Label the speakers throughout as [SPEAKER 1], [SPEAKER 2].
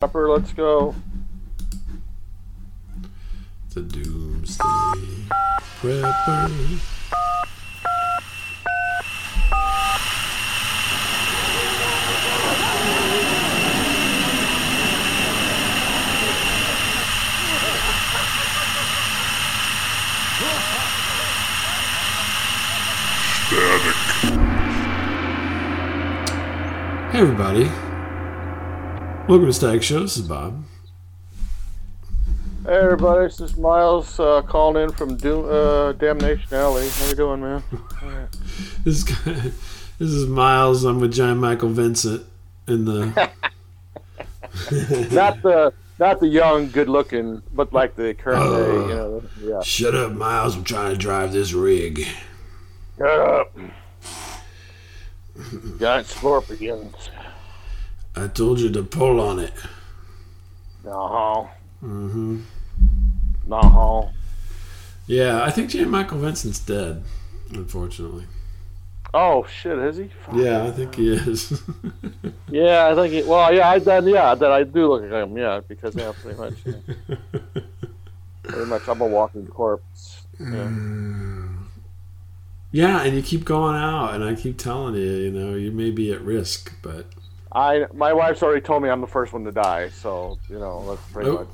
[SPEAKER 1] Upper, let's go.
[SPEAKER 2] The Doomsday Prepper. Hey everybody. Welcome to Static Show. This is Bob.
[SPEAKER 1] Hey everybody, this is Miles uh, calling in from Doom, uh, Damnation Alley. How you doing, man?
[SPEAKER 2] This is this is Miles. I'm with John Michael Vincent in the
[SPEAKER 1] not the not the young, good-looking, but like the current day, you know. Yeah.
[SPEAKER 2] Shut up, Miles. I'm trying to drive this rig.
[SPEAKER 1] Shut up. Giant scorpions.
[SPEAKER 2] I told you to pull on it.
[SPEAKER 1] No,
[SPEAKER 2] hmm
[SPEAKER 1] no.
[SPEAKER 2] Yeah, I think John Michael Vincent's dead, unfortunately.
[SPEAKER 1] Oh shit, is he? Fuck.
[SPEAKER 2] Yeah, I think he is.
[SPEAKER 1] Yeah, I think. He, well, yeah, I then yeah, that I do look at him. Yeah, because yeah, pretty much, yeah. pretty much, I'm a walking corpse. Yeah.
[SPEAKER 2] yeah, and you keep going out, and I keep telling you, you know, you may be at risk, but
[SPEAKER 1] I my wife's already told me I'm the first one to die, so you know that's pretty
[SPEAKER 2] Oh.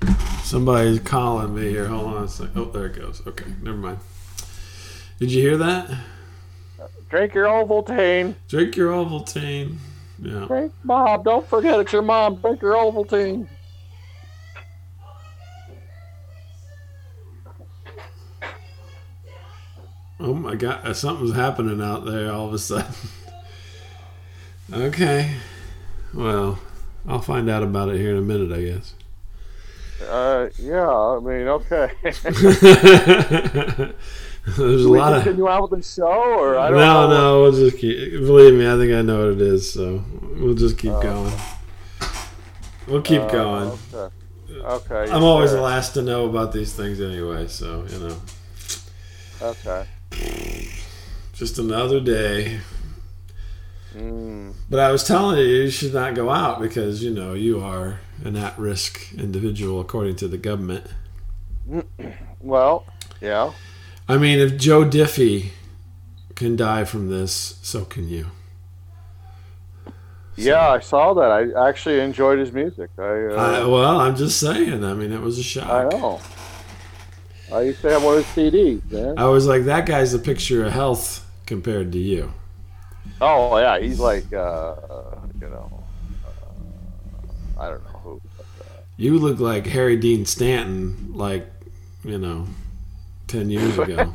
[SPEAKER 1] much.
[SPEAKER 2] Somebody's calling me here. Hold on a sec. Oh, there it goes. Okay, never mind. Did you hear that?
[SPEAKER 1] Drink your Ovaltine.
[SPEAKER 2] Drink your Ovaltine. Yeah.
[SPEAKER 1] Drink, Bob. Don't forget it's your mom. Drink your Ovaltine.
[SPEAKER 2] Oh my God, uh, something's happening out there all of a sudden. okay. Well, I'll find out about it here in a minute, I guess.
[SPEAKER 1] Uh, yeah. I mean, okay.
[SPEAKER 2] There's a
[SPEAKER 1] we
[SPEAKER 2] lot of.
[SPEAKER 1] continue out with the show, or I don't
[SPEAKER 2] No,
[SPEAKER 1] know.
[SPEAKER 2] no, we'll just keep. Believe me, I think I know what it is, so we'll just keep
[SPEAKER 1] Oh.
[SPEAKER 2] going. We'll keep
[SPEAKER 1] Uh,
[SPEAKER 2] going.
[SPEAKER 1] Okay. okay
[SPEAKER 2] I'm always the
[SPEAKER 1] sure.
[SPEAKER 2] last to know about these things anyway, so, you know.
[SPEAKER 1] Okay.
[SPEAKER 2] Just another day.
[SPEAKER 1] Mm.
[SPEAKER 2] But I was telling you, you should not go out because, you know, you are an at risk individual according to the government.
[SPEAKER 1] Well, yeah.
[SPEAKER 2] I mean, if Joe Diffie can die from this, so can you.
[SPEAKER 1] Yeah, I saw that. I actually enjoyed his music. I, uh,
[SPEAKER 2] I, well, I'm just saying. I mean, it was a
[SPEAKER 1] I
[SPEAKER 2] shock.
[SPEAKER 1] know. I used to have one of his CDs, man.
[SPEAKER 2] I was like, that guy's a picture of health compared to you.
[SPEAKER 1] Oh yeah, he's like, uh, you know, uh, I don't know who.
[SPEAKER 2] You look like Harry Dean Stanton, like, you know, 10 years ago.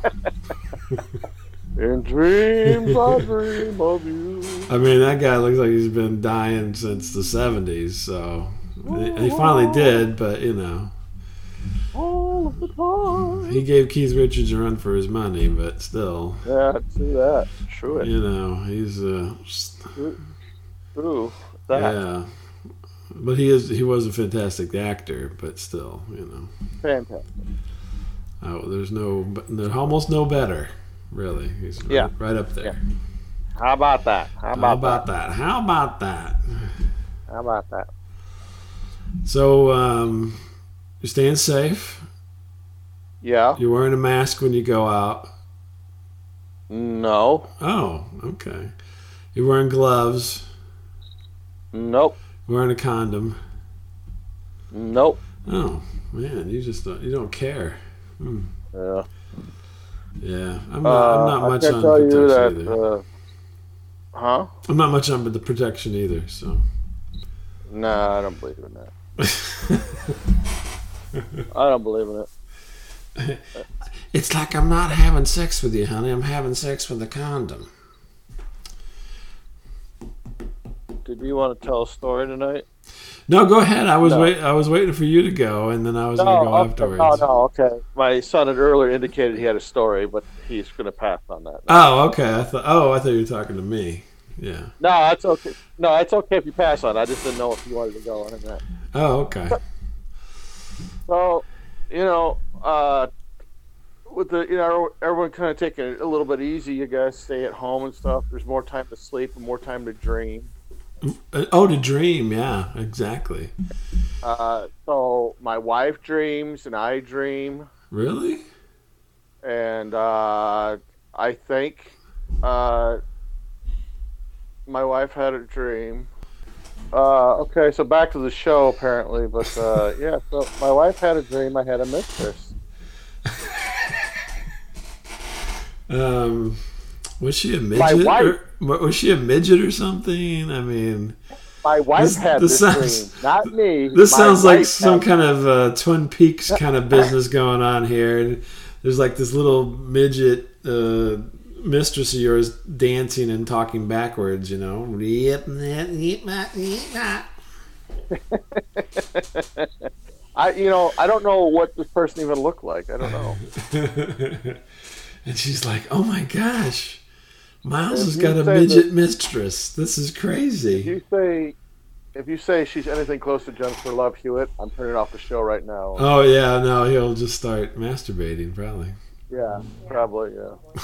[SPEAKER 1] In dreams, I dream of you.
[SPEAKER 2] I mean, that guy looks like he's been dying since the 70s, so. And he finally did, but, you know.
[SPEAKER 1] All of the time.
[SPEAKER 2] He gave Keith Richards a run for his money, but still,
[SPEAKER 1] Yeah, true that. True it.
[SPEAKER 2] you know, he's uh,
[SPEAKER 1] True that.
[SPEAKER 2] yeah. But he is he was a fantastic actor, but still, you know,
[SPEAKER 1] Fantastic.
[SPEAKER 2] oh, there's no there's almost no better, really. He's right,
[SPEAKER 1] Yeah.
[SPEAKER 2] right up there.
[SPEAKER 1] Yeah. How about that? How about,
[SPEAKER 2] How about that? How about that?
[SPEAKER 1] that? How about that?
[SPEAKER 2] So, um, you're staying safe.
[SPEAKER 1] Yeah.
[SPEAKER 2] You're wearing a mask when you go out.
[SPEAKER 1] No.
[SPEAKER 2] Oh, okay. You're wearing gloves.
[SPEAKER 1] Nope.
[SPEAKER 2] Wearing a condom.
[SPEAKER 1] Nope.
[SPEAKER 2] Oh man, you just don't, you don't care.
[SPEAKER 1] Yeah.
[SPEAKER 2] Yeah, I'm
[SPEAKER 1] Uh,
[SPEAKER 2] not, I'm not
[SPEAKER 1] I
[SPEAKER 2] much
[SPEAKER 1] can
[SPEAKER 2] on
[SPEAKER 1] tell
[SPEAKER 2] protection
[SPEAKER 1] you that.
[SPEAKER 2] either.
[SPEAKER 1] Uh, huh?
[SPEAKER 2] I'm not much on the protection either. So
[SPEAKER 1] Nah, I don't believe in that. I don't believe in it.
[SPEAKER 2] it's like I'm not having sex with you, honey. I'm having sex with a condom.
[SPEAKER 1] Did you want to tell a story tonight?
[SPEAKER 2] No, go ahead. I was
[SPEAKER 1] No.
[SPEAKER 2] wait. I was waiting for you to go, and then I was gonna go
[SPEAKER 1] okay.
[SPEAKER 2] afterwards.
[SPEAKER 1] Oh, no, okay. My son had earlier indicated he had a story, but he's going to pass on that.
[SPEAKER 2] Oh, okay. I thought. Oh, I thought you were talking to me. Yeah.
[SPEAKER 1] No, that's okay. No, it's okay if you pass on. it. I just didn't know if you wanted to go on or not.
[SPEAKER 2] Oh, okay.
[SPEAKER 1] So, you know, uh, with the you know everyone kind of taking it a little bit easy. You guys stay at home and stuff. There's more time to sleep and more time to dream.
[SPEAKER 2] Oh, to dream. Yeah, exactly.
[SPEAKER 1] Uh, so my wife dreams and I dream,
[SPEAKER 2] Really?
[SPEAKER 1] and uh, I think uh, my wife had a dream. Uh, okay, so back to the show apparently, but uh, yeah, so my wife had a dream. I had a mistress.
[SPEAKER 2] Um, was she a midget?
[SPEAKER 1] wife-
[SPEAKER 2] or- wa- was she a midget or something? I mean,
[SPEAKER 1] My wife
[SPEAKER 2] This-
[SPEAKER 1] had this,
[SPEAKER 2] this sounds-
[SPEAKER 1] dream, not me.
[SPEAKER 2] this
[SPEAKER 1] My
[SPEAKER 2] sounds like
[SPEAKER 1] wife
[SPEAKER 2] some
[SPEAKER 1] had-
[SPEAKER 2] kind of uh, Twin Peaks kind of business going on here. And there's like this little midget uh, mistress of yours dancing and talking backwards. You know, yep, yep, yep, yep, yep.
[SPEAKER 1] I, you know, I don't know what this person even looked like. I don't know.
[SPEAKER 2] and she's like, "Oh my gosh, Miles
[SPEAKER 1] If
[SPEAKER 2] has
[SPEAKER 1] you
[SPEAKER 2] got a
[SPEAKER 1] say
[SPEAKER 2] midget mistress. This is
[SPEAKER 1] If
[SPEAKER 2] crazy."
[SPEAKER 1] you say, if you say she's anything close to Jennifer Love Hewitt, I'm turning off the show right now.
[SPEAKER 2] Oh yeah, no, he'll just start masturbating probably.
[SPEAKER 1] yeah, probably. Yeah.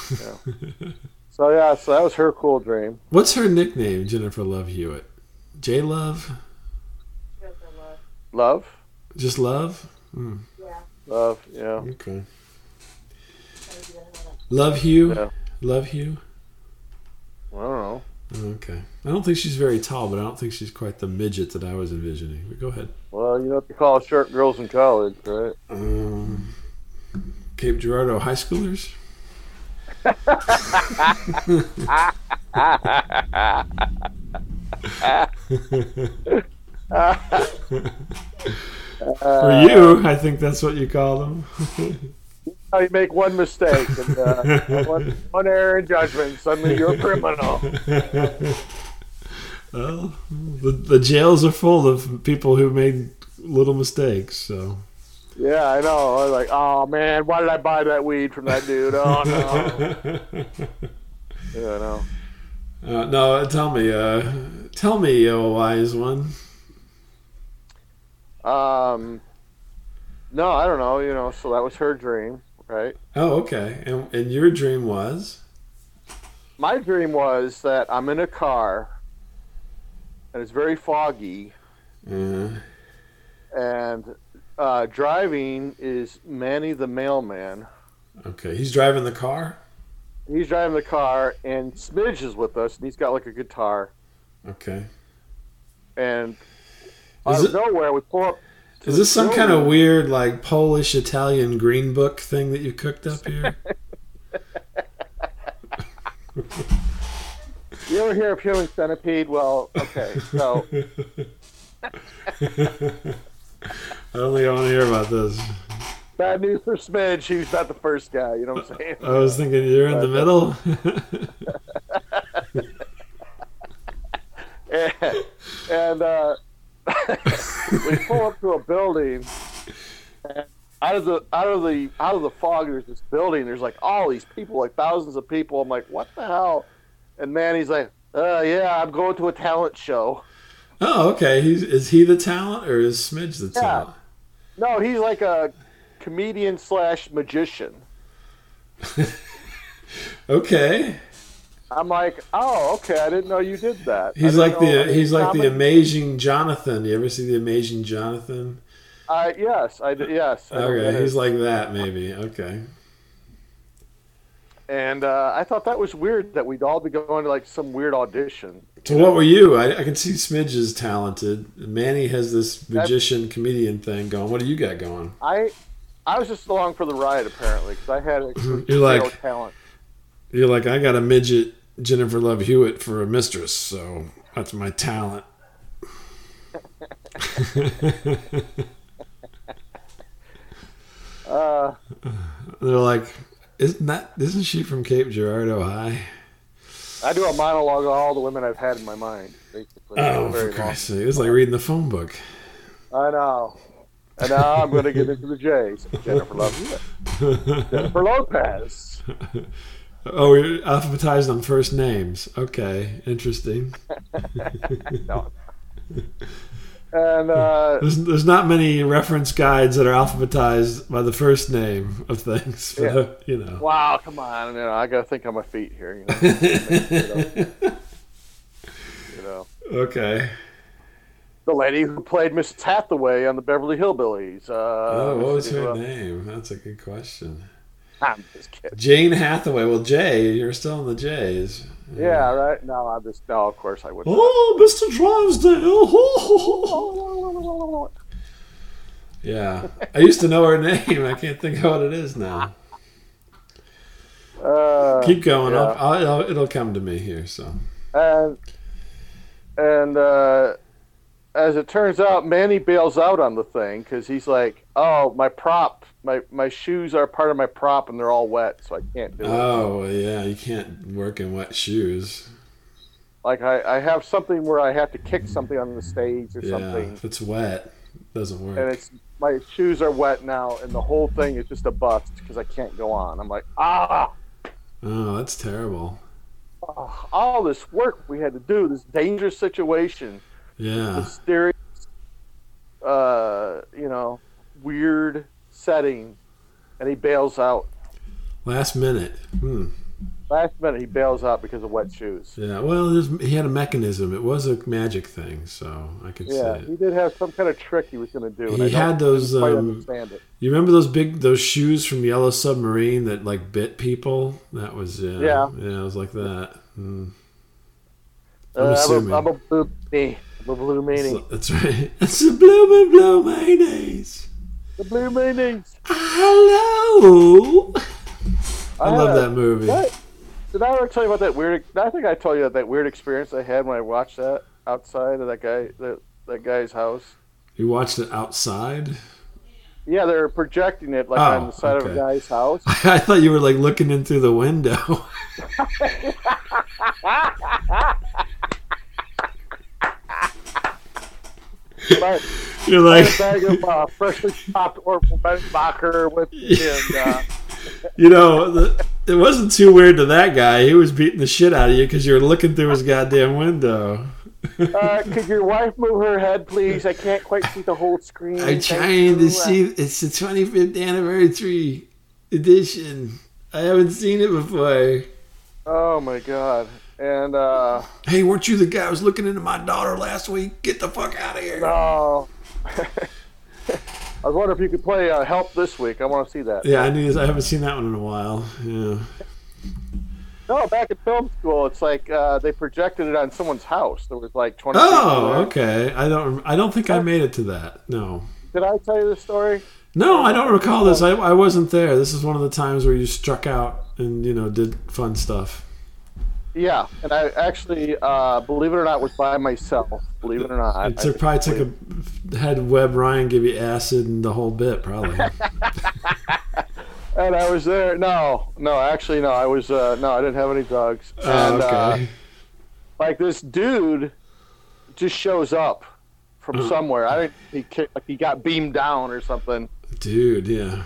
[SPEAKER 1] So yeah, so that was her cool dream.
[SPEAKER 2] What's her nickname? Jennifer Love Hewitt. J Love,
[SPEAKER 1] Love,
[SPEAKER 2] just Love.
[SPEAKER 1] love. Yeah.
[SPEAKER 2] Okay. Love Hugh.
[SPEAKER 1] Yeah.
[SPEAKER 2] Love Hugh. Oh,
[SPEAKER 1] I don't know.
[SPEAKER 2] Okay. I don't think she's very tall, but I don't think she's quite the midget that I was envisioning. But go ahead.
[SPEAKER 1] Well, you know what they call short girls in college, right?
[SPEAKER 2] Um, Cape Girardeau high schoolers. For you, I think that's what you call them.
[SPEAKER 1] Now Uh, you make one mistake, and uh, one, one error in judgment, suddenly you're a criminal.
[SPEAKER 2] well, the, the jails are full of people who made little mistakes. So
[SPEAKER 1] Yeah, I know. I was like, oh man, why did I buy that weed from that dude? Oh no. yeah, I know.
[SPEAKER 2] Uh, no, tell me, uh, tell me, oh wise one.
[SPEAKER 1] Um, no, I don't know. You know, so that was her dream, right?
[SPEAKER 2] Oh, okay. And, and your dream was?
[SPEAKER 1] My dream was that I'm in a car, and it's very foggy,
[SPEAKER 2] Uh,
[SPEAKER 1] and uh, driving is Manny the mailman.
[SPEAKER 2] okay, he's driving the car.
[SPEAKER 1] He's driving the car, and Smidge is with us, and he's got like a guitar.
[SPEAKER 2] Okay.
[SPEAKER 1] And
[SPEAKER 2] Is
[SPEAKER 1] out of
[SPEAKER 2] it-
[SPEAKER 1] nowhere, we pull up. to
[SPEAKER 2] Is
[SPEAKER 1] the
[SPEAKER 2] this some kind
[SPEAKER 1] showroom.
[SPEAKER 2] of weird, like Polish Italian green book thing that you cooked up here?
[SPEAKER 1] You ever hear of human centipede? Well, okay, so
[SPEAKER 2] I don't think I want to hear about this.
[SPEAKER 1] bad news for Smidge. He was not the first guy. You know what I'm saying?
[SPEAKER 2] I was thinking you're in the middle.
[SPEAKER 1] and and, uh, we pull up to a building. And out of the out of the out of the fog, there's this building. There's like all these people, like thousands of people. I'm like, what the hell? And Manny's like, uh, yeah, I'm going to a talent show.
[SPEAKER 2] oh, okay. He's, is he the talent or is Smidge the
[SPEAKER 1] Yeah.
[SPEAKER 2] talent?
[SPEAKER 1] No, he's like a comedian slash magician.
[SPEAKER 2] Okay.
[SPEAKER 1] I'm like, oh, okay, I didn't know you did that. I
[SPEAKER 2] He's
[SPEAKER 1] didn't
[SPEAKER 2] like
[SPEAKER 1] know- I
[SPEAKER 2] the
[SPEAKER 1] didn't
[SPEAKER 2] he's like the
[SPEAKER 1] comment-
[SPEAKER 2] amazing Jonathan. You ever see the amazing Jonathan?
[SPEAKER 1] I yes, I did. Yes. I know who that
[SPEAKER 2] Okay,
[SPEAKER 1] is.
[SPEAKER 2] he's like that maybe. Okay.
[SPEAKER 1] and uh, I thought that was weird that we'd all be going to like some weird audition.
[SPEAKER 2] So what were you? I, I can see Smidge is talented. Manny has this magician comedian thing going. What do you got going?
[SPEAKER 1] I I was just along for the ride apparently because I had a
[SPEAKER 2] You're like-
[SPEAKER 1] talent.
[SPEAKER 2] You're like I got a midget Jennifer Love Hewitt for a mistress, so that's my talent.
[SPEAKER 1] Uh,
[SPEAKER 2] They're like, isn't that isn't she from Cape Girardeau High?
[SPEAKER 1] I do a monologue of all the women I've had in my mind. Basically,
[SPEAKER 2] Oh,
[SPEAKER 1] It's
[SPEAKER 2] for
[SPEAKER 1] very long.
[SPEAKER 2] Christ's sake! It's like reading the phone book.
[SPEAKER 1] I know. And now I'm going to get into the J's. Jennifer Lopez. Jennifer Lopez.
[SPEAKER 2] Oh, we're alphabetized on first names. Okay, interesting.
[SPEAKER 1] No. And uh,
[SPEAKER 2] There's, there's not many reference guides that are alphabetized by the first name of things. but,
[SPEAKER 1] Yeah.
[SPEAKER 2] you know.
[SPEAKER 1] wow, come on! You know, I got to think on my feet here. You know, you know.
[SPEAKER 2] Okay.
[SPEAKER 1] The lady who played Mrs. Hathaway on the Beverly Hillbillies. Uh,
[SPEAKER 2] Oh, what was
[SPEAKER 1] she
[SPEAKER 2] her
[SPEAKER 1] was-
[SPEAKER 2] name? That's a good question.
[SPEAKER 1] I'm just kidding.
[SPEAKER 2] Jane Hathaway. Well, Jay, you're still in the Jays.
[SPEAKER 1] Yeah, right. No, I'm just no. Of course, I wouldn't.
[SPEAKER 2] Oh, Mr. Drivesdale. Oh. yeah. I used to know her name. I can't think of what it is now.
[SPEAKER 1] Uh,
[SPEAKER 2] Keep going.
[SPEAKER 1] yeah.
[SPEAKER 2] I'll, I'll, I'll- it'll come to me here. So.
[SPEAKER 1] and and uh, as it turns out, Manny bails out on the thing because he's like, "Oh, my prop, my my shoes are part of my prop, and they're all wet, so I can't do it."
[SPEAKER 2] Oh, well, yeah. You can't work in wet shoes.
[SPEAKER 1] Like I, I have something where I have to kick something on the stage or
[SPEAKER 2] Yeah.
[SPEAKER 1] something,
[SPEAKER 2] If it's wet, it doesn't work.
[SPEAKER 1] and it's my shoes are wet now, and the whole thing is just a bust because I can't go on. I'm like, ah,
[SPEAKER 2] oh, that's terrible.
[SPEAKER 1] all this work we had to do, this dangerous situation.
[SPEAKER 2] Yeah.
[SPEAKER 1] mysterious, uh, you know, weird setting, and he bails out.
[SPEAKER 2] Last minute. Hmm.
[SPEAKER 1] Last minute, he bails out because of wet shoes.
[SPEAKER 2] Yeah, well, there's, he had a mechanism. It was a magic thing, so I could
[SPEAKER 1] Yeah,
[SPEAKER 2] see
[SPEAKER 1] he
[SPEAKER 2] it.
[SPEAKER 1] did have some kind of trick he was going to do. and
[SPEAKER 2] He
[SPEAKER 1] I don't
[SPEAKER 2] had those,
[SPEAKER 1] quite
[SPEAKER 2] um,
[SPEAKER 1] understand it.
[SPEAKER 2] You remember those big those shoes from Yellow Submarine that like bit people? That was yeah,
[SPEAKER 1] Yeah.
[SPEAKER 2] it was like that. Mm. I'm
[SPEAKER 1] Uh, I'm,
[SPEAKER 2] assuming.
[SPEAKER 1] a, I'm a blue meanie. I'm a blue meanie.
[SPEAKER 2] So- that's right. It's a blooming blue mayonnaise. Ah,
[SPEAKER 1] The blue meanies.
[SPEAKER 2] Hello. I love
[SPEAKER 1] had a-
[SPEAKER 2] that movie.
[SPEAKER 1] Ah, What? Did I ever tell you about that weird? I think I told you about that weird experience I had when I watched that outside of that guy that that guy's house.
[SPEAKER 2] You watched it outside.
[SPEAKER 1] Yeah, they were projecting it like
[SPEAKER 2] Oh,
[SPEAKER 1] on the side of
[SPEAKER 2] okay.
[SPEAKER 1] a guy's house.
[SPEAKER 2] I thought you were like looking in through the window.
[SPEAKER 1] But
[SPEAKER 2] You're
[SPEAKER 1] a
[SPEAKER 2] like
[SPEAKER 1] bag of uh, freshly chopped Orville Bacher with and, uh,
[SPEAKER 2] You know, the, it wasn't too weird to that guy. He was beating the shit out of you because you were looking through his goddamn window.
[SPEAKER 1] uh, could your wife move her head, please? I can't quite see the whole screen.
[SPEAKER 2] I'm
[SPEAKER 1] Thank
[SPEAKER 2] trying to
[SPEAKER 1] you.
[SPEAKER 2] see. It's the 25th anniversary edition. I haven't seen it before.
[SPEAKER 1] Oh my god! And uh,
[SPEAKER 2] Hey, weren't you the guy who was looking into my daughter last week? Get the fuck out of here.
[SPEAKER 1] oh, I was wondering if you could play uh, "Help" this week. I want to see that.
[SPEAKER 2] Yeah, I knew this. I haven't seen that one in a while. Yeah.
[SPEAKER 1] No, back at film school, it's like uh, they projected it on someone's house. There was like twenty. people
[SPEAKER 2] Oh,
[SPEAKER 1] there.
[SPEAKER 2] okay. I don't. I don't think I made it to that. No.
[SPEAKER 1] Did I tell you this story?
[SPEAKER 2] No, I don't recall this. I, I wasn't there. This is one of the times where you struck out and you know did fun stuff.
[SPEAKER 1] Yeah, and I actually, uh, believe it or not, was by myself. Believe it or not,
[SPEAKER 2] It took, probably took a had Webb Ryan give you acid and the whole bit, probably.
[SPEAKER 1] And I was there. No, no, actually, no. I was uh, no. I didn't have any drugs.
[SPEAKER 2] Oh,
[SPEAKER 1] and, uh,
[SPEAKER 2] okay.
[SPEAKER 1] like this dude just shows up from
[SPEAKER 2] Uh-huh.
[SPEAKER 1] somewhere. I didn't. He ki- like he got beamed down or something.
[SPEAKER 2] Dude, yeah.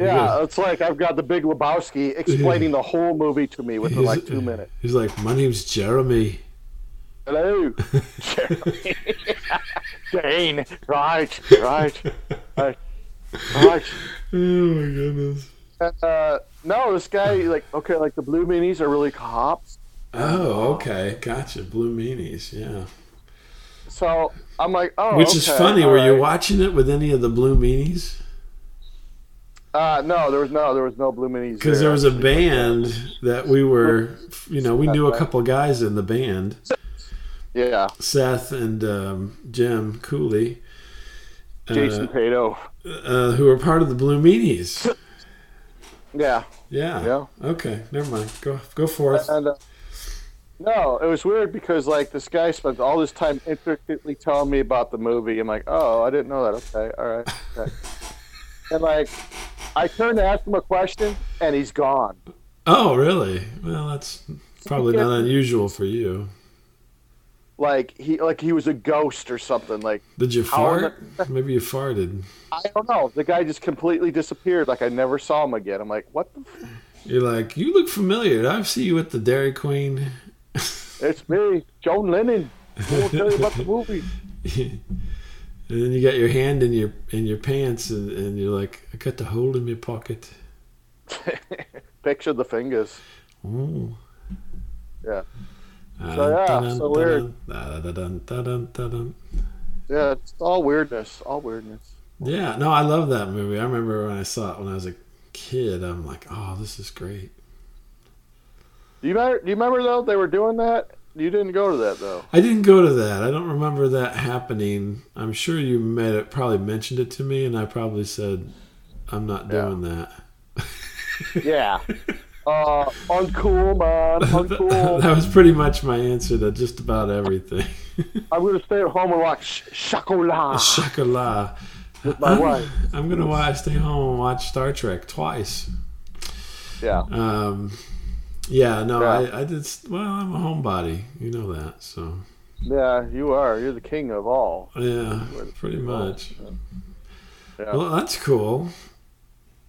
[SPEAKER 1] Yeah,
[SPEAKER 2] was-
[SPEAKER 1] it's like I've got the Big Lebowski explaining the whole movie to me within like two minutes.
[SPEAKER 2] He's like, My name's Jeremy.
[SPEAKER 1] Hello, Jeremy. Jane. Right, right, right, right.
[SPEAKER 2] Oh my goodness.
[SPEAKER 1] Uh, no, this guy like okay, like the blue meanies are really cops.
[SPEAKER 2] Oh, okay. Gotcha. Blue meanies, yeah.
[SPEAKER 1] So I'm like, oh,
[SPEAKER 2] Which is
[SPEAKER 1] okay,
[SPEAKER 2] funny,
[SPEAKER 1] all
[SPEAKER 2] were you
[SPEAKER 1] right.
[SPEAKER 2] watching it with any of the blue meanies?
[SPEAKER 1] Uh, no, there was no, there was no Blue Minis.
[SPEAKER 2] Because there was a band that we were you know, we knew a couple guys in the band.
[SPEAKER 1] yeah,
[SPEAKER 2] Seth and um, Jim Cooley. uh,
[SPEAKER 1] Jason Pato.
[SPEAKER 2] uh, who were part of the Blue Meanies.
[SPEAKER 1] Yeah,
[SPEAKER 2] Yeah.
[SPEAKER 1] Yeah.
[SPEAKER 2] Okay. Never mind. Go go forth.
[SPEAKER 1] and uh, no, it was weird because like this guy spent all this time intricately telling me about the movie. I'm like, oh, I didn't know that. Okay, all right, okay. and like, I turned to ask him a question, and he's gone.
[SPEAKER 2] Oh, really? Well, that's probably
[SPEAKER 1] Yeah.
[SPEAKER 2] not unusual for you.
[SPEAKER 1] Like he, like he was a ghost or something. Like
[SPEAKER 2] Did you
[SPEAKER 1] How am
[SPEAKER 2] fart? Maybe you farted.
[SPEAKER 1] I don't know. The guy just completely disappeared. Like I never saw him again. I'm like, what? the f-
[SPEAKER 2] You're like, you look familiar. Did I see you at the Dairy Queen.
[SPEAKER 1] It's me, Joan Lennon. I won't tell you about the movie.
[SPEAKER 2] and then you got your hand in your in your pants, and, and you're like, I got the hole in my pocket.
[SPEAKER 1] Picture the fingers.
[SPEAKER 2] Oh.
[SPEAKER 1] Yeah.
[SPEAKER 2] Uh,
[SPEAKER 1] So, yeah, so weird. Yeah, it's all weirdness. All weirdness.
[SPEAKER 2] Yeah, no, I love that movie. I remember when I saw it when I was a kid. I'm like, oh, this is great.
[SPEAKER 1] Do you remember? Do you remember though they were doing that? You didn't go to that though.
[SPEAKER 2] I didn't go to that. I don't remember that happening. I'm sure you met it, probably mentioned it to me, and I probably said, "I'm not
[SPEAKER 1] Yeah.
[SPEAKER 2] doing that."
[SPEAKER 1] Yeah. Uh, uncool, man. Uncool.
[SPEAKER 2] that was pretty much my answer to just about everything.
[SPEAKER 1] I'm gonna stay at home and watch Sh- Chocolat
[SPEAKER 2] Shakala.
[SPEAKER 1] with my wife.
[SPEAKER 2] I'm gonna watch, stay home and watch Star Trek twice.
[SPEAKER 1] Yeah.
[SPEAKER 2] Um, yeah, no,
[SPEAKER 1] Yeah.
[SPEAKER 2] I, I did. s- Well, I'm a homebody, you know that. So
[SPEAKER 1] Yeah, you are. You're the king of all.
[SPEAKER 2] yeah, pretty much.
[SPEAKER 1] Yeah.
[SPEAKER 2] Well, that's cool.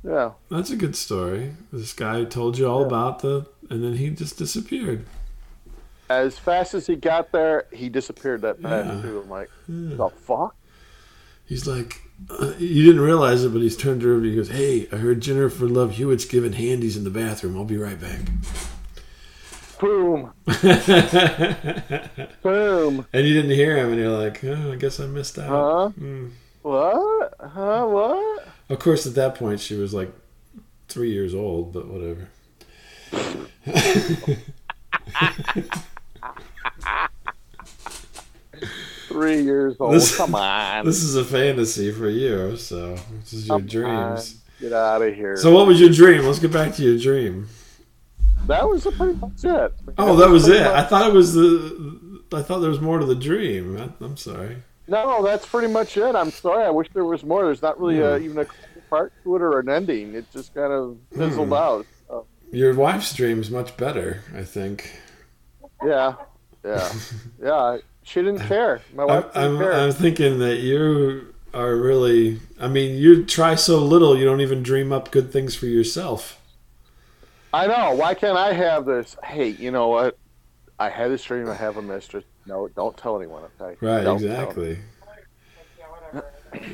[SPEAKER 1] Yeah.
[SPEAKER 2] That's a good story. This guy told you all
[SPEAKER 1] Yeah.
[SPEAKER 2] about the, and then he just disappeared.
[SPEAKER 1] As fast as he got there, he disappeared that fast
[SPEAKER 2] Yeah.
[SPEAKER 1] too. I'm like,
[SPEAKER 2] Yeah.
[SPEAKER 1] the fuck?
[SPEAKER 2] He's like, uh, you didn't realize it, but he's turned over. and He goes, "Hey, I heard Jennifer Love Hewitt's giving handies in the bathroom. I'll be right back."
[SPEAKER 1] Boom.
[SPEAKER 2] and
[SPEAKER 1] Boom.
[SPEAKER 2] you didn't hear him, and you're like, oh, "I guess I missed out."
[SPEAKER 1] Huh?
[SPEAKER 2] Mm.
[SPEAKER 1] What? Huh? What?
[SPEAKER 2] Of course, at that point, she was like three years old, but whatever.
[SPEAKER 1] Three years old.
[SPEAKER 2] This-
[SPEAKER 1] Come on.
[SPEAKER 2] This is a fantasy for you, so this is
[SPEAKER 1] Oh,
[SPEAKER 2] your
[SPEAKER 1] uh,
[SPEAKER 2] dreams.
[SPEAKER 1] Get out of here.
[SPEAKER 2] So, what was your dream? Let's get back to your dream.
[SPEAKER 1] that was pretty much it.
[SPEAKER 2] Oh, that was
[SPEAKER 1] pretty
[SPEAKER 2] it. I
[SPEAKER 1] much-
[SPEAKER 2] thought it was the. I thought there was more to the dream. I, I'm sorry.
[SPEAKER 1] no, that's pretty much it. I'm sorry. I wish there was more. There's not really
[SPEAKER 2] Hmm.
[SPEAKER 1] uh even a part to it or an ending. It just kind of fizzled
[SPEAKER 2] Hmm.
[SPEAKER 1] out.
[SPEAKER 2] Your wife's dream's much better, I think.
[SPEAKER 1] Yeah. Yeah. yeah. She didn't care. My
[SPEAKER 2] I,
[SPEAKER 1] wife didn't
[SPEAKER 2] I'm,
[SPEAKER 1] care.
[SPEAKER 2] I'm thinking that you are really. I mean, you try so little, you don't even dream up good things for yourself.
[SPEAKER 1] I know. Why can't I have this? Hey, you know what? I had this dream. I have a mistress. No, don't tell anyone. Okay.
[SPEAKER 2] Right,
[SPEAKER 1] Don't tell.
[SPEAKER 2] exactly.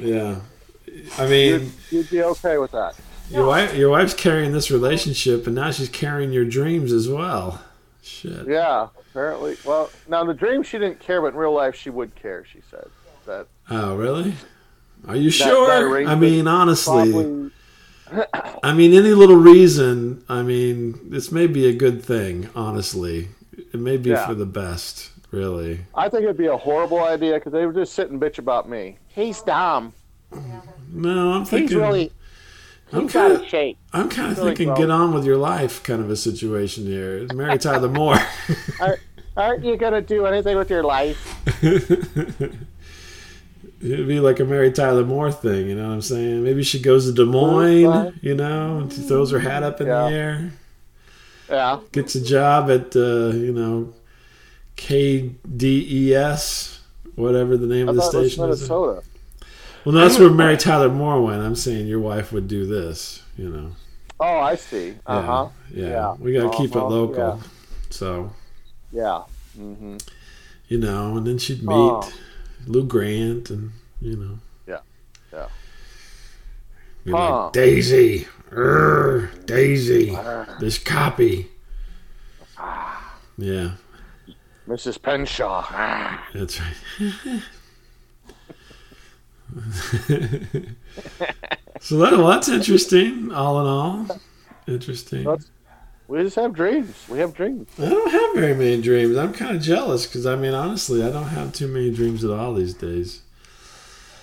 [SPEAKER 2] Yeah. I mean,
[SPEAKER 1] You'd be okay with that.
[SPEAKER 2] your, wife, your wife's carrying this relationship, and now she's carrying your dreams as well. Shit.
[SPEAKER 1] Yeah. Apparently. Well, now in the dream she didn't care, but in real life she would care. She said that
[SPEAKER 2] Oh, really? Are you
[SPEAKER 1] that
[SPEAKER 2] sure? I
[SPEAKER 1] arrangement
[SPEAKER 2] mean, honestly.
[SPEAKER 1] probably.
[SPEAKER 2] I mean, any little reason. I mean, this may be a good thing. Honestly, it may be
[SPEAKER 1] Yeah.
[SPEAKER 2] for the best. Really,
[SPEAKER 1] I think it'd be a horrible idea because they would just sit and bitch about me. He's dumb.
[SPEAKER 2] no. I'm
[SPEAKER 1] He's
[SPEAKER 2] thinking.
[SPEAKER 1] really.
[SPEAKER 2] I'm
[SPEAKER 1] He's out
[SPEAKER 2] kind
[SPEAKER 1] of
[SPEAKER 2] of.
[SPEAKER 1] shape.
[SPEAKER 2] I'm kind of
[SPEAKER 1] really
[SPEAKER 2] thinking.
[SPEAKER 1] grown.
[SPEAKER 2] Get on with your life, kind of a situation here. Mary Tyler Moore.
[SPEAKER 1] Aren't you gonna do anything with your life?
[SPEAKER 2] It'd be like a Mary Tyler Moore thing, you know what I'm saying? Maybe she goes to Des
[SPEAKER 1] Right.
[SPEAKER 2] Moines, you know, and she throws her hat up in
[SPEAKER 1] Yeah.
[SPEAKER 2] the air,
[SPEAKER 1] Yeah.
[SPEAKER 2] gets a job at, uh, you know, KDES, whatever the name
[SPEAKER 1] I
[SPEAKER 2] of the
[SPEAKER 1] thought it was
[SPEAKER 2] station is.
[SPEAKER 1] Minnesota.
[SPEAKER 2] Well, no, that's where Mary Tyler Moore went. I'm saying your wife would do this, you know.
[SPEAKER 1] Oh, I see.
[SPEAKER 2] Yeah,
[SPEAKER 1] Uh huh.
[SPEAKER 2] Yeah.
[SPEAKER 1] Yeah.
[SPEAKER 2] We got to keep it
[SPEAKER 1] Uh-huh.
[SPEAKER 2] local.
[SPEAKER 1] Yeah.
[SPEAKER 2] So,
[SPEAKER 1] Yeah. hmm
[SPEAKER 2] you know, and then she'd meet
[SPEAKER 1] Oh.
[SPEAKER 2] Lou Grant and, you know.
[SPEAKER 1] Yeah. Yeah.
[SPEAKER 2] Be
[SPEAKER 1] Huh. Uh-huh.
[SPEAKER 2] like, Daisy. Er, Daisy. This copy.
[SPEAKER 1] Ah.
[SPEAKER 2] Yeah,
[SPEAKER 1] Mrs. Penshaw. Ah.
[SPEAKER 2] that's right. so that, well, that's interesting, all in all. Interesting.
[SPEAKER 1] That's- We just have dreams. We have dreams.
[SPEAKER 2] I don't have very many dreams. I'm kind of jealous because, I mean, honestly, I don't have too many dreams at all these days.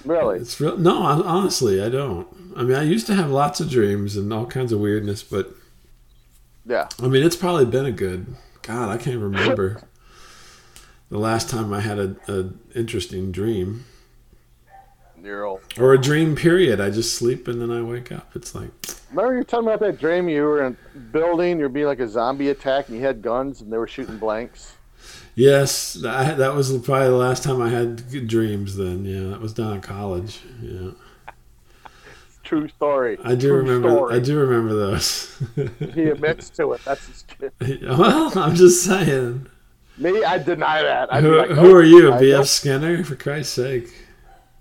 [SPEAKER 1] Really.
[SPEAKER 2] It's real. No, I, honestly, I don't. I mean, I used to have lots of dreams and all kinds of weirdness, but
[SPEAKER 1] Yeah.
[SPEAKER 2] I mean, it's probably been a good. God, I can't remember the last time I had a, a interesting dream
[SPEAKER 1] You're old.
[SPEAKER 2] or a dream period. I just sleep and then I wake up. It's like,
[SPEAKER 1] Remember you were talking about that dream you were in a building, you're being like a zombie attack and you had guns and they were shooting blanks.
[SPEAKER 2] yes, I, that was probably the last time I had good dreams. Then, yeah, that was down at college. Yeah,
[SPEAKER 1] True story.
[SPEAKER 2] I do
[SPEAKER 1] True
[SPEAKER 2] remember.
[SPEAKER 1] Story.
[SPEAKER 2] I do remember those.
[SPEAKER 1] He admits to it. That's his kid.
[SPEAKER 2] well, I'm just saying.
[SPEAKER 1] Me, I deny that. I'd be
[SPEAKER 2] Who,
[SPEAKER 1] like,
[SPEAKER 2] who
[SPEAKER 1] "Oh,
[SPEAKER 2] are you,
[SPEAKER 1] I
[SPEAKER 2] B.F.
[SPEAKER 1] don't-
[SPEAKER 2] Skinner? For Christ's sake!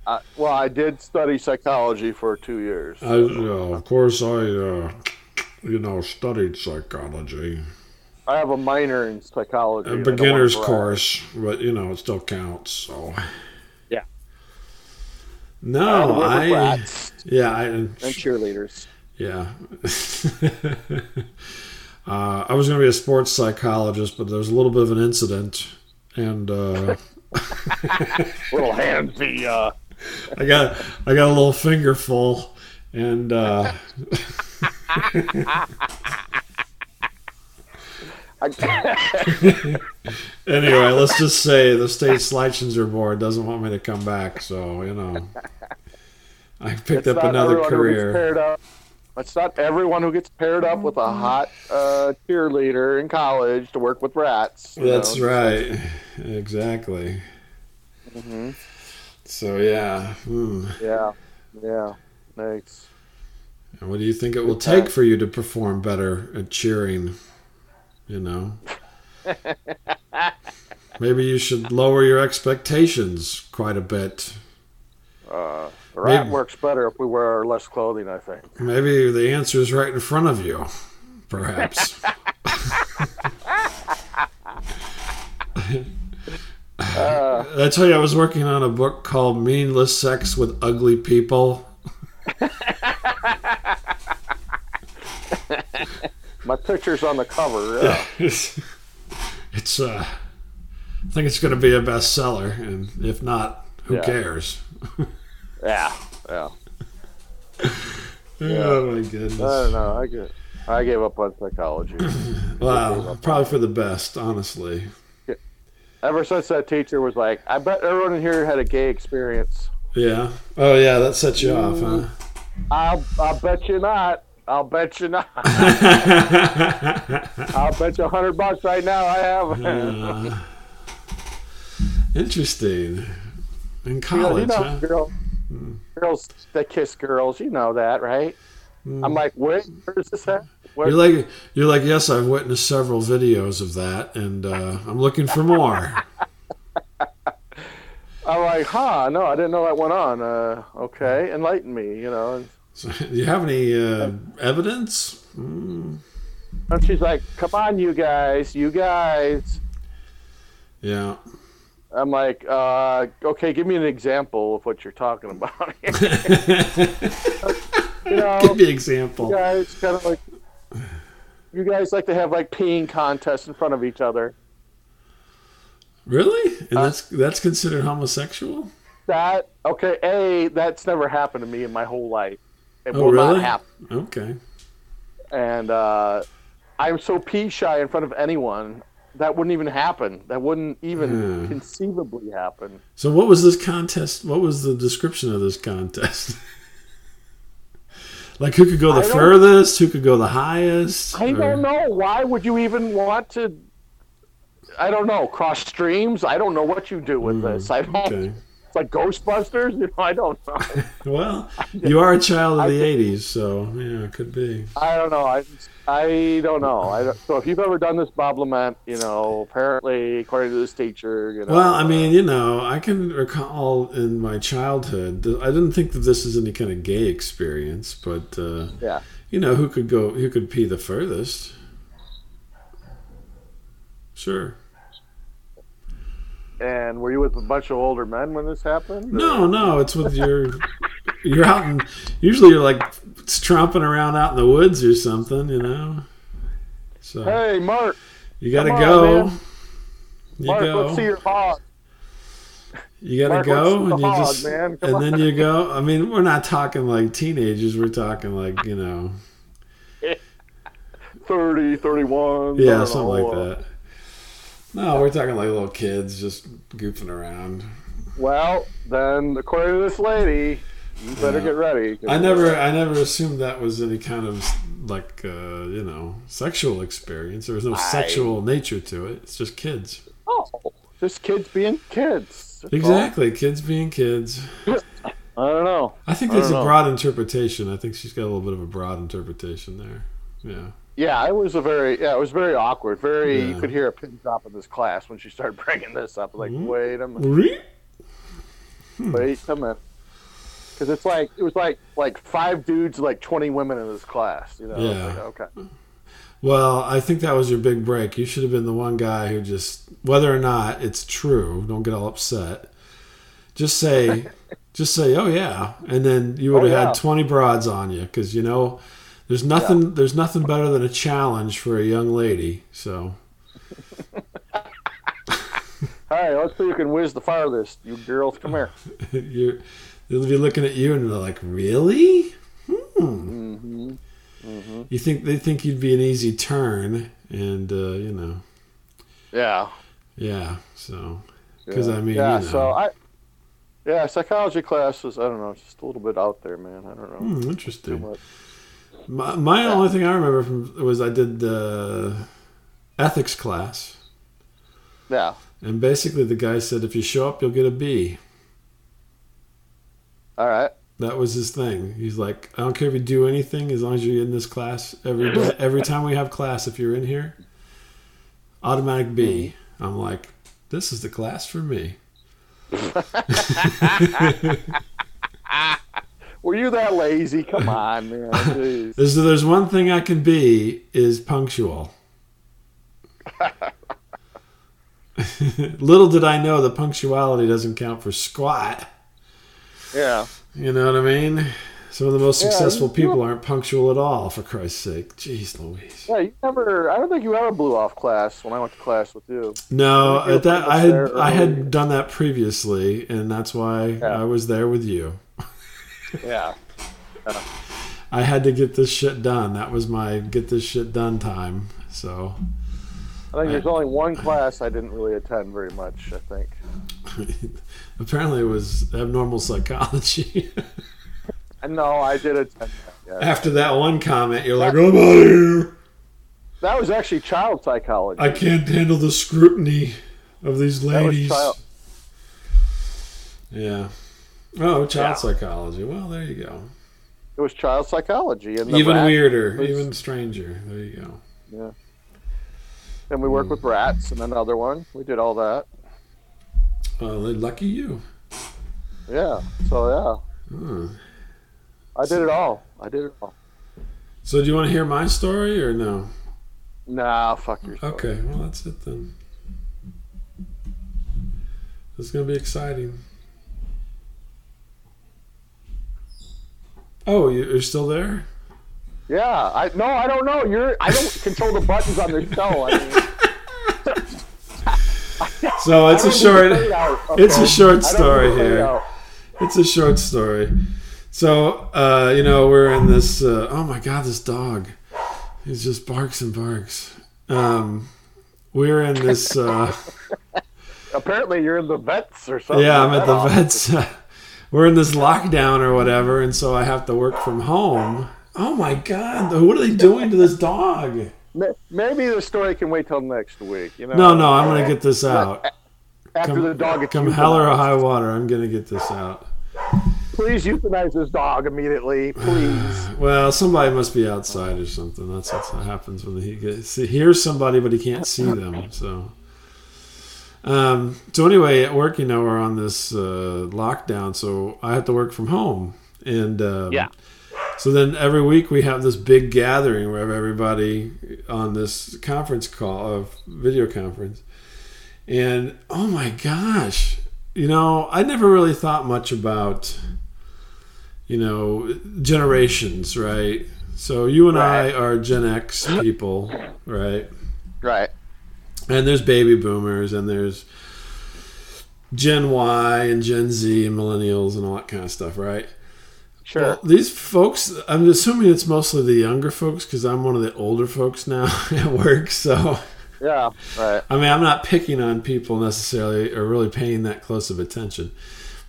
[SPEAKER 1] I, well, I did study psychology for two years.
[SPEAKER 2] I,
[SPEAKER 1] uh,
[SPEAKER 2] you know, of course, I, uh, you know, studied psychology.
[SPEAKER 1] I have a minor in psychology.
[SPEAKER 2] A
[SPEAKER 1] I don't
[SPEAKER 2] beginner's
[SPEAKER 1] wanna brag.
[SPEAKER 2] course, but you know it still counts. So
[SPEAKER 1] Yeah.
[SPEAKER 2] No,
[SPEAKER 1] Uh, we're
[SPEAKER 2] Oh, I
[SPEAKER 1] brats
[SPEAKER 2] yeah I
[SPEAKER 1] and cheerleaders.
[SPEAKER 2] yeah. uh, I was going to be a sports psychologist, but there was a little bit of an incident, and uh,
[SPEAKER 1] Little handsy. Uh,
[SPEAKER 2] I got I got a little finger full, and uh,
[SPEAKER 1] I,
[SPEAKER 2] anyway, let's just say the state's licensure board doesn't want me to come back, so you know. I picked
[SPEAKER 1] it's
[SPEAKER 2] up
[SPEAKER 1] not everyone
[SPEAKER 2] another
[SPEAKER 1] who gets
[SPEAKER 2] career. Oh.
[SPEAKER 1] paired up- It's not everyone who gets paired up with a hot uh, cheerleader in college to work with rats. you
[SPEAKER 2] That's
[SPEAKER 1] know.
[SPEAKER 2] right. Exactly.
[SPEAKER 1] Mm-hmm.
[SPEAKER 2] So yeah, hmm.
[SPEAKER 1] Yeah. Yeah. Thanks.
[SPEAKER 2] And what do you think it will take for you to perform better at cheering? You know, maybe you should lower your expectations quite a bit.
[SPEAKER 1] Uh, the rat
[SPEAKER 2] Maybe-
[SPEAKER 1] works better if we wear less clothing, I think.
[SPEAKER 2] Maybe the answer is right in front of you, perhaps.
[SPEAKER 1] Uh,
[SPEAKER 2] I tell you, I was working on a book called Meaningless Sex with Ugly People.
[SPEAKER 1] My picture's on the cover. Uh, Yeah.
[SPEAKER 2] it's, it's uh, I think it's going to be a bestseller, and if not, who
[SPEAKER 1] Yeah.
[SPEAKER 2] cares?
[SPEAKER 1] yeah. Yeah.
[SPEAKER 2] Oh my goodness!
[SPEAKER 1] I don't know. I get. I gave up on psychology.
[SPEAKER 2] wow, probably for the best, honestly.
[SPEAKER 1] Ever since that teacher was like, I bet everyone in here had a gay experience.
[SPEAKER 2] Yeah. Oh yeah, that set you off, huh?
[SPEAKER 1] I'll, I'll bet you not. I'll bet you not. I'll bet you a hundred bucks right now I have.
[SPEAKER 2] Uh, interesting.
[SPEAKER 1] you
[SPEAKER 2] In
[SPEAKER 1] know,
[SPEAKER 2] college,
[SPEAKER 1] you know
[SPEAKER 2] huh? Hmm.
[SPEAKER 1] girl, girls that kiss girls, you know that, right?
[SPEAKER 2] Hmm.
[SPEAKER 1] I'm like, wait, where's this at? Where,
[SPEAKER 2] You're like you're like yes, I've witnessed several videos of that, and uh, I'm looking for more.
[SPEAKER 1] I'm like, huh, no, I didn't know that went on. Uh, okay, enlighten me, you know. And,
[SPEAKER 2] So, do you have any uh, evidence? Mm.
[SPEAKER 1] and she's like, come on, you guys, you guys.
[SPEAKER 2] Yeah.
[SPEAKER 1] I'm like, uh, okay, give me an example of what you're talking about. you know,
[SPEAKER 2] Give me an
[SPEAKER 1] you
[SPEAKER 2] example.
[SPEAKER 1] guys kind of like, you guys like to have like peeing contests in front of each other.
[SPEAKER 2] Really? And
[SPEAKER 1] Uh,
[SPEAKER 2] that's that's considered homosexual?
[SPEAKER 1] That okay? A that's never happened to me in my whole life. It
[SPEAKER 2] Oh,
[SPEAKER 1] will
[SPEAKER 2] really?
[SPEAKER 1] not happen.
[SPEAKER 2] Okay.
[SPEAKER 1] And uh, I'm so pee shy in front of anyone that wouldn't even happen. That wouldn't even
[SPEAKER 2] Hmm.
[SPEAKER 1] conceivably happen.
[SPEAKER 2] So what was this contest? What was the description of this contest? like who could go
[SPEAKER 1] I
[SPEAKER 2] the
[SPEAKER 1] don't-
[SPEAKER 2] furthest? Who could go the highest?
[SPEAKER 1] I
[SPEAKER 2] Or-
[SPEAKER 1] don't know. Why would you even want to? I don't know. Cross streams. I don't know what you do with this. I don't.
[SPEAKER 2] Mm-hmm. Okay.
[SPEAKER 1] It's like Ghostbusters. You know, I don't know.
[SPEAKER 2] Well, you are a child of the '80s, so yeah, it could be.
[SPEAKER 1] I don't know. I, I don't know. I don't, so if you've ever done this, Bob Lament, you know, apparently according to this teacher, you know.
[SPEAKER 2] Well, I mean, you know, I can recall in my childhood. th- I didn't think that this is any kind of gay experience, but uh,
[SPEAKER 1] yeah.
[SPEAKER 2] you know, who could go? Who could pee the furthest? Sure.
[SPEAKER 1] And were you with a bunch of older men when this happened?
[SPEAKER 2] No, no, it's with your you're out and usually you're like tromping around out in the woods or something, you know. So
[SPEAKER 1] Hey, Mark.
[SPEAKER 2] you gotta
[SPEAKER 1] come on,
[SPEAKER 2] go.
[SPEAKER 1] man.
[SPEAKER 2] You
[SPEAKER 1] Mark, let's see
[SPEAKER 2] go.
[SPEAKER 1] your hog.
[SPEAKER 2] You gotta
[SPEAKER 1] Mark,
[SPEAKER 2] go,
[SPEAKER 1] let's see
[SPEAKER 2] and
[SPEAKER 1] the
[SPEAKER 2] you
[SPEAKER 1] hog,
[SPEAKER 2] just
[SPEAKER 1] man. Come
[SPEAKER 2] and
[SPEAKER 1] on.
[SPEAKER 2] then you go. I mean, we're not talking like teenagers. We're talking like you know,
[SPEAKER 1] 30, 31. I
[SPEAKER 2] yeah,
[SPEAKER 1] don't
[SPEAKER 2] something
[SPEAKER 1] know.
[SPEAKER 2] like that. No, we're talking like little kids just goofing around.
[SPEAKER 1] Well, then, according to this lady, you better
[SPEAKER 2] Yeah.
[SPEAKER 1] get ready. 'cause
[SPEAKER 2] I never, I never assumed that was any kind of like uh, you know sexual experience. There was no sexual nature to it. It's just kids.
[SPEAKER 1] Oh, just kids being kids. That's all.
[SPEAKER 2] Exactly, kids being kids.
[SPEAKER 1] I don't know.
[SPEAKER 2] I think
[SPEAKER 1] I
[SPEAKER 2] there's
[SPEAKER 1] don't
[SPEAKER 2] a
[SPEAKER 1] know.
[SPEAKER 2] broad interpretation. I think she's got a little bit of a broad interpretation there. Yeah,
[SPEAKER 1] Yeah, it was a very yeah, it was very awkward. Very
[SPEAKER 2] Yeah.
[SPEAKER 1] you could hear a pin drop in this class when she started bringing this up. Like,
[SPEAKER 2] Mhm.
[SPEAKER 1] wait a minute,
[SPEAKER 2] Mm-hmm.
[SPEAKER 1] wait a minute, because it's like it was like like five dudes, like twenty women in this class. You know, It's
[SPEAKER 2] Yeah.
[SPEAKER 1] like, okay.
[SPEAKER 2] Well, I think that was your big break. You should have been the one guy who just, whether or not it's true, don't get all upset. Just say, just say, oh yeah, and then you would
[SPEAKER 1] Oh,
[SPEAKER 2] have
[SPEAKER 1] yeah.
[SPEAKER 2] had twenty broads on you because you know, there's nothing, there's nothing better than a challenge for a young lady. So
[SPEAKER 1] All right, let's see who can whiz the farthest. You girls, come here.
[SPEAKER 2] you're, they'll be looking at you and they're like, really? Hmm."
[SPEAKER 1] Mm-hmm. Mm-hmm.
[SPEAKER 2] You think they think you'd be an easy turn, and uh, you know,
[SPEAKER 1] Yeah.
[SPEAKER 2] yeah. So 'Cause,
[SPEAKER 1] Yeah.
[SPEAKER 2] I mean,
[SPEAKER 1] yeah.
[SPEAKER 2] you know.
[SPEAKER 1] So I, yeah, psychology class was I don't know, just a little bit out there, man. I don't know
[SPEAKER 2] hmm,
[SPEAKER 1] too
[SPEAKER 2] interesting.
[SPEAKER 1] much.
[SPEAKER 2] My, my
[SPEAKER 1] Yeah.
[SPEAKER 2] only thing I remember from was I did the ethics class,
[SPEAKER 1] Yeah.
[SPEAKER 2] and basically the guy said, "If you show up, you'll get a B."
[SPEAKER 1] All right.
[SPEAKER 2] That was his thing. He's like, "I don't care if you do anything, as long as you're in this class every day. Every time we have class, if you're in here, automatic B." I'm like, "This is the class for me."
[SPEAKER 1] Were you that lazy? Come on, man. Jeez.
[SPEAKER 2] There's, there's one thing I can be is punctual. Little did I know that punctuality doesn't count for squat.
[SPEAKER 1] Yeah.
[SPEAKER 2] You know what I mean? Some of the most
[SPEAKER 1] Yeah, you-
[SPEAKER 2] successful people aren't punctual at all, for Christ's sake. Jeez Louise.
[SPEAKER 1] Yeah. You never. I don't think you ever blew off class when I went to class with you.
[SPEAKER 2] No,
[SPEAKER 1] Like, you
[SPEAKER 2] at that
[SPEAKER 1] were
[SPEAKER 2] I had
[SPEAKER 1] there
[SPEAKER 2] I
[SPEAKER 1] early.
[SPEAKER 2] had done that previously, and that's why
[SPEAKER 1] Yeah.
[SPEAKER 2] I was there with you.
[SPEAKER 1] Yeah.
[SPEAKER 2] I had to get this shit done. That was my get this shit done time. So
[SPEAKER 1] I think there's only one class I didn't really attend very much. I think.
[SPEAKER 2] apparently it was abnormal psychology.
[SPEAKER 1] And no, I did attend. That, yeah.
[SPEAKER 2] After that one comment, you're like, I'm out of here.
[SPEAKER 1] that was actually child psychology.
[SPEAKER 2] I can't handle the scrutiny of these
[SPEAKER 1] was
[SPEAKER 2] ladies.
[SPEAKER 1] child-
[SPEAKER 2] Yeah. Oh, child
[SPEAKER 1] Yeah.
[SPEAKER 2] psychology. Well, there you go.
[SPEAKER 1] It was child psychology, and the
[SPEAKER 2] Even
[SPEAKER 1] rat-
[SPEAKER 2] weirder,
[SPEAKER 1] was-
[SPEAKER 2] even stranger. There you go.
[SPEAKER 1] And we worked
[SPEAKER 2] Hmm.
[SPEAKER 1] with rats, and another one. We did all that.
[SPEAKER 2] Well, lucky you.
[SPEAKER 1] Yeah. So yeah.
[SPEAKER 2] Hmm.
[SPEAKER 1] I did it all. I did it all.
[SPEAKER 2] So, do you want to hear my story or no?
[SPEAKER 1] Nah, fuck your story.
[SPEAKER 2] Okay, well, that's it then. It's going to be exciting. Oh, you- you're still there?
[SPEAKER 1] Yeah, I no, I don't know. You're I don't control the buttons on this show. I mean,
[SPEAKER 2] So, it's
[SPEAKER 1] I
[SPEAKER 2] a
[SPEAKER 1] don't
[SPEAKER 2] short.
[SPEAKER 1] need to fade out,
[SPEAKER 2] It's
[SPEAKER 1] okay?
[SPEAKER 2] a short
[SPEAKER 1] Um, I don't uh, need
[SPEAKER 2] story
[SPEAKER 1] to fade
[SPEAKER 2] here.
[SPEAKER 1] out.
[SPEAKER 2] It's a short story. So, uh, you know, we're in this. Uh, oh my God, this dog. He just barks and barks. Um, we're in this. Uh,
[SPEAKER 1] Apparently, you're in the vets or something.
[SPEAKER 2] yeah, I'm at the
[SPEAKER 1] Office.
[SPEAKER 2] vets. we're in this lockdown or whatever, and so I have to work from home. Oh my God, what are they doing to this dog?
[SPEAKER 1] Ma- Maybe the story can wait till next week. You know.
[SPEAKER 2] No, no, I'm going to get this out.
[SPEAKER 1] After
[SPEAKER 2] Come,
[SPEAKER 1] the dog gets
[SPEAKER 2] come
[SPEAKER 1] euthanized.
[SPEAKER 2] hell or high water, I'm going to get this out.
[SPEAKER 1] Please euthanize this dog immediately, please.
[SPEAKER 2] Well, somebody must be outside or something. That's what happens when he gets, he hears somebody, but he can't see them. So, um, so anyway, at work, you know, we're on this uh, lockdown, so I have to work from home, and um,
[SPEAKER 1] Yeah.
[SPEAKER 2] So then every week we have this big gathering where everybody on this conference call, of video conference, and oh my gosh, you know, I never really thought much about you know generations right so you and i
[SPEAKER 1] Right.
[SPEAKER 2] are gen x people right
[SPEAKER 1] right.
[SPEAKER 2] and there's baby boomers and there's gen y and gen z and millennials and all that kind of stuff right
[SPEAKER 1] Sure.
[SPEAKER 2] well, these folks i'm assuming it's mostly the younger folks because i'm one of the older folks now at work so
[SPEAKER 1] yeah. Right.
[SPEAKER 2] I mean, I'm not picking on people necessarily or really paying that close of attention,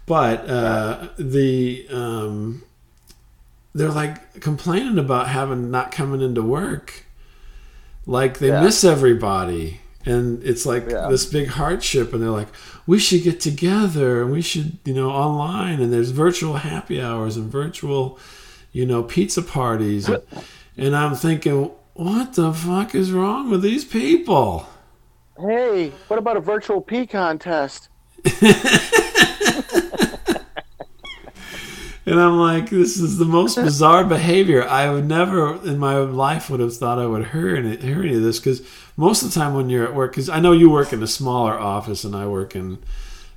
[SPEAKER 2] but uh, the um, they're like complaining about having not coming into work, like they
[SPEAKER 1] Yeah.
[SPEAKER 2] miss everybody, and it's like
[SPEAKER 1] Yeah.
[SPEAKER 2] this big hardship. And they're like, we should get together, and we should, you know, online, and there's virtual happy hours and virtual, you know, pizza parties, and, and I'm thinking, what the fuck is wrong with these people?
[SPEAKER 1] Hey, what about a virtual pee contest?
[SPEAKER 2] And I'm like, this is the most bizarre behavior. I would never in my life would have thought I would hear any, hear any of this because most of the time when you're at work, because I know you work in a smaller office and I work in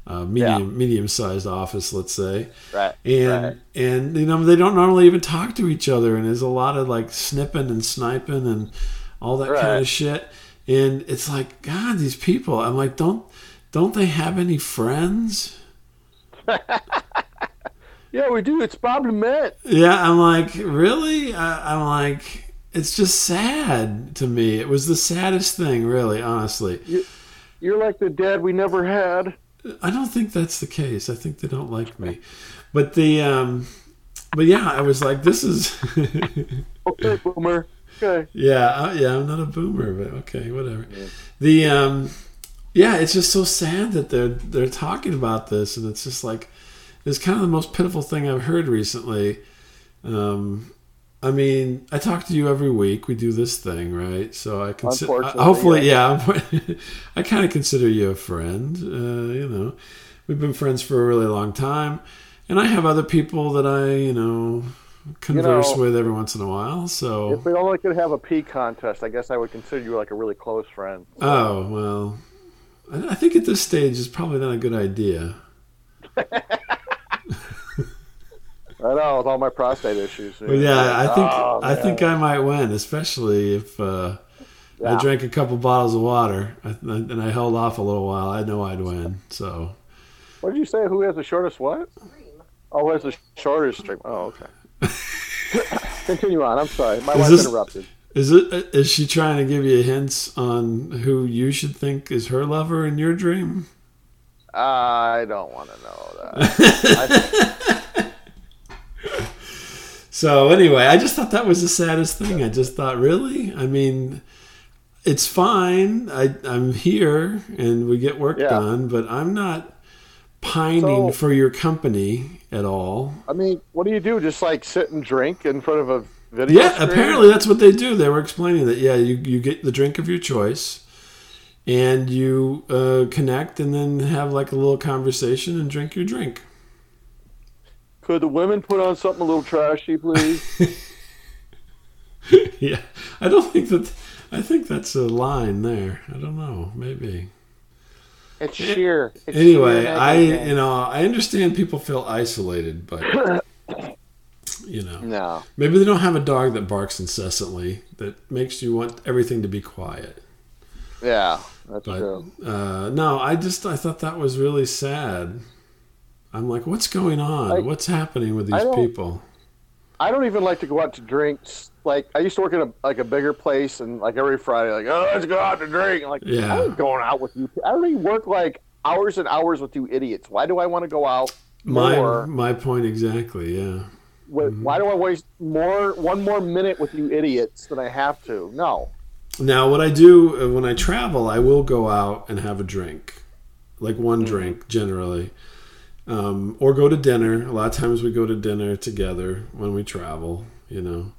[SPEAKER 2] uh, medium
[SPEAKER 1] Yeah.
[SPEAKER 2] medium sized office, let's say,
[SPEAKER 1] Right.
[SPEAKER 2] and
[SPEAKER 1] right.
[SPEAKER 2] and you know they don't normally even talk to each other, and there's a lot of like snipping and sniping and all that kind
[SPEAKER 1] Right.
[SPEAKER 2] of shit, and it's like God, these people. I'm like, don't don't they have any friends?
[SPEAKER 1] Yeah, we do. It's Bob Lumet.
[SPEAKER 2] Yeah, I'm like, really? I, I'm like, it's just sad to me. It was the saddest thing, really, honestly.
[SPEAKER 1] You're like the dad we never had.
[SPEAKER 2] I don't think that's the case. I think they don't like me. But the, um, but yeah, I was like, this is,
[SPEAKER 1] Okay, boomer. Okay.
[SPEAKER 2] yeah, I, yeah, I'm not a boomer, but okay, whatever. The, um, yeah, it's just so sad that they're they're talking about this, and it's just like, it's kind of the most pitiful thing I've heard recently. Um, I mean, I talk to you every week. We do this thing, right? So I consider.
[SPEAKER 1] Unfortunately,
[SPEAKER 2] Hopefully, yeah. I'm- I kind of consider you a friend. Uh, you know, we've been friends for a really long time, and I have other people that I, you know, converse
[SPEAKER 1] know,
[SPEAKER 2] with every once in a while. So,
[SPEAKER 1] If we only could have a pee contest, I guess I would consider you like a really close friend.
[SPEAKER 2] oh well, I, I think at this stage it's probably not a good idea.
[SPEAKER 1] I know with all my prostate issues.
[SPEAKER 2] But yeah, I think
[SPEAKER 1] Oh,
[SPEAKER 2] I
[SPEAKER 1] man.
[SPEAKER 2] think I might win, especially if. Uh, I
[SPEAKER 1] Yeah.
[SPEAKER 2] drank a couple bottles of water I- and I held off a little while. I know I'd win. So,
[SPEAKER 1] What did you say? Who has the shortest what? Oh, who has the shortest stream? Oh, okay. Continue on. I'm sorry. My
[SPEAKER 2] Is
[SPEAKER 1] wife
[SPEAKER 2] this-
[SPEAKER 1] interrupted.
[SPEAKER 2] is it is she trying to give you hints on who you should think is her lover in your dream?
[SPEAKER 1] I don't want to know that.
[SPEAKER 2] So anyway, I just thought that was the saddest thing. I just thought, really? I mean, it's fine. I I'm here and we get work
[SPEAKER 1] Yeah.
[SPEAKER 2] done, but I'm not pining
[SPEAKER 1] So-
[SPEAKER 2] for your company at all.
[SPEAKER 1] I mean, what do you do? Just like sit and drink in front of a video?
[SPEAKER 2] Yeah,
[SPEAKER 1] screen?
[SPEAKER 2] apparently that's what they do. They were explaining that. Yeah, you, you get the drink of your choice, and you uh, connect, and then have like a little conversation and drink your drink.
[SPEAKER 1] Could the women put on something a little trashy, please?
[SPEAKER 2] yeah, I don't think that. I think that's a line there. I don't know. Maybe.
[SPEAKER 1] It's sheer. It's
[SPEAKER 2] Anyway,
[SPEAKER 1] sheer
[SPEAKER 2] I
[SPEAKER 1] negative.
[SPEAKER 2] you know I understand people feel isolated, but you know
[SPEAKER 1] no.
[SPEAKER 2] maybe they don't have a dog that barks incessantly that makes you want everything to be quiet.
[SPEAKER 1] Yeah, that's
[SPEAKER 2] But
[SPEAKER 1] true.
[SPEAKER 2] uh, no, I just I thought that was really sad. I'm like, what's going on?
[SPEAKER 1] I-
[SPEAKER 2] what's happening with
[SPEAKER 1] I
[SPEAKER 2] these
[SPEAKER 1] don't-
[SPEAKER 2] people?
[SPEAKER 1] I don't even like to go out to drinks. Like I used to work at a like a bigger place, and like every Friday, like oh, let's go out to drink. I'm like
[SPEAKER 2] Yeah.
[SPEAKER 1] I ain't going out with you. I already work like hours and hours with you idiots. Why do I want to go out
[SPEAKER 2] My
[SPEAKER 1] more?
[SPEAKER 2] my point exactly. Yeah,
[SPEAKER 1] With, Why do I waste more one more minute with you idiots than I have to? No.
[SPEAKER 2] Now, what I do uh, when I travel, I will go out and have a drink, like one drink generally, um, or go to dinner. A lot of times we go to dinner together when we travel, you know,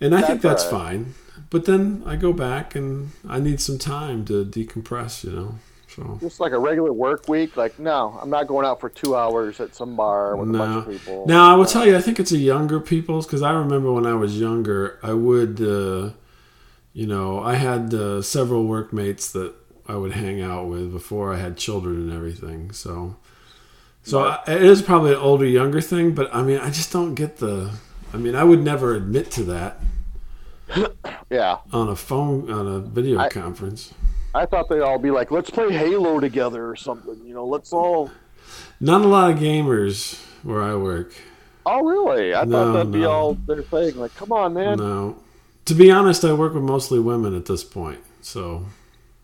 [SPEAKER 2] and I think that's
[SPEAKER 1] That's all
[SPEAKER 2] fine. But then I go back and I need some time to decompress, you know. So
[SPEAKER 1] Just like a regular work week, like no, I'm not going out for two hours at some bar with a bunch of people.
[SPEAKER 2] Now I will tell you, I think it's a younger people's because I remember when I was younger, I would, uh, you know, I had uh, several workmates that I would hang out with before I had children and everything. So, so I, it is probably an older, younger thing. But I mean, I just don't get the. I mean, I would never admit to that
[SPEAKER 1] Yeah,
[SPEAKER 2] on a phone on a video conference.
[SPEAKER 1] I thought they'd all be like, let's play Halo together or something. You know, let's all.
[SPEAKER 2] Not a lot of gamers where I work.
[SPEAKER 1] Oh really? I
[SPEAKER 2] No,
[SPEAKER 1] thought that'd be
[SPEAKER 2] no.
[SPEAKER 1] all their thing. Like, come on, man.
[SPEAKER 2] No, to be honest, I work with mostly women at this point. So.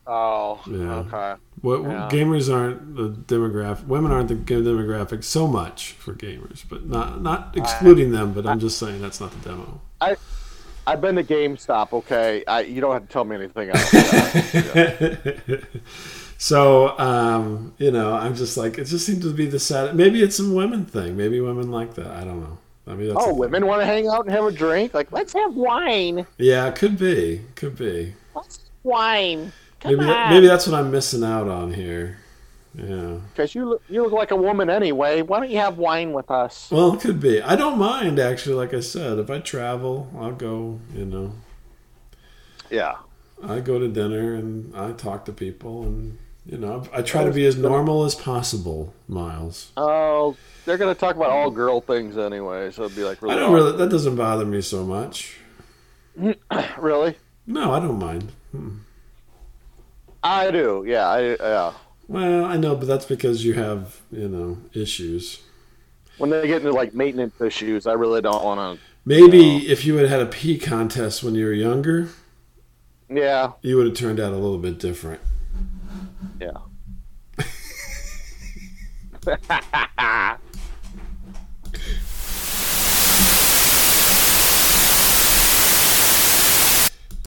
[SPEAKER 1] Oh,
[SPEAKER 2] Yeah.
[SPEAKER 1] okay.
[SPEAKER 2] What
[SPEAKER 1] Yeah.
[SPEAKER 2] gamers aren't the demographic. Women aren't the ga- demographic so much for gamers, but not not excluding them. But I'm just saying that's not the demo.
[SPEAKER 1] I've been to GameStop. Okay, I, you don't have to tell me anything else.
[SPEAKER 2] so um, you know, I'm just like it just seems to be the sad. Maybe it's a women thing. Maybe women like that. I don't know. I mean, that's a
[SPEAKER 1] oh,
[SPEAKER 2] thing.
[SPEAKER 1] women want to hang out and have a drink. Like, let's have wine.
[SPEAKER 2] Yeah, could be, could be.
[SPEAKER 1] Let's have wine. Come
[SPEAKER 2] maybe
[SPEAKER 1] on.
[SPEAKER 2] maybe that's what I'm missing out on here. Yeah.
[SPEAKER 1] Because you look, you look like a woman anyway. Why don't you have wine with us?
[SPEAKER 2] Well, it could be. I don't mind actually. Like I said, if I travel, I'll go. You know,
[SPEAKER 1] Yeah.
[SPEAKER 2] I go to dinner and I talk to people, and you know, I try to be as normal as possible. Miles,
[SPEAKER 1] Oh, they're gonna talk about all girl things anyway, so it'd be like really.
[SPEAKER 2] I don't really. That doesn't bother me so much.
[SPEAKER 1] really.
[SPEAKER 2] No, I don't mind. Mm.
[SPEAKER 1] I do. Yeah. I yeah.
[SPEAKER 2] Well, I know, but that's because you have you know issues.
[SPEAKER 1] When they get into like maintenance issues, I really don't want
[SPEAKER 2] Maybe if you had had a pee contest when you were younger,
[SPEAKER 1] to. Yeah.
[SPEAKER 2] you would have turned out a little bit different.
[SPEAKER 1] Yeah.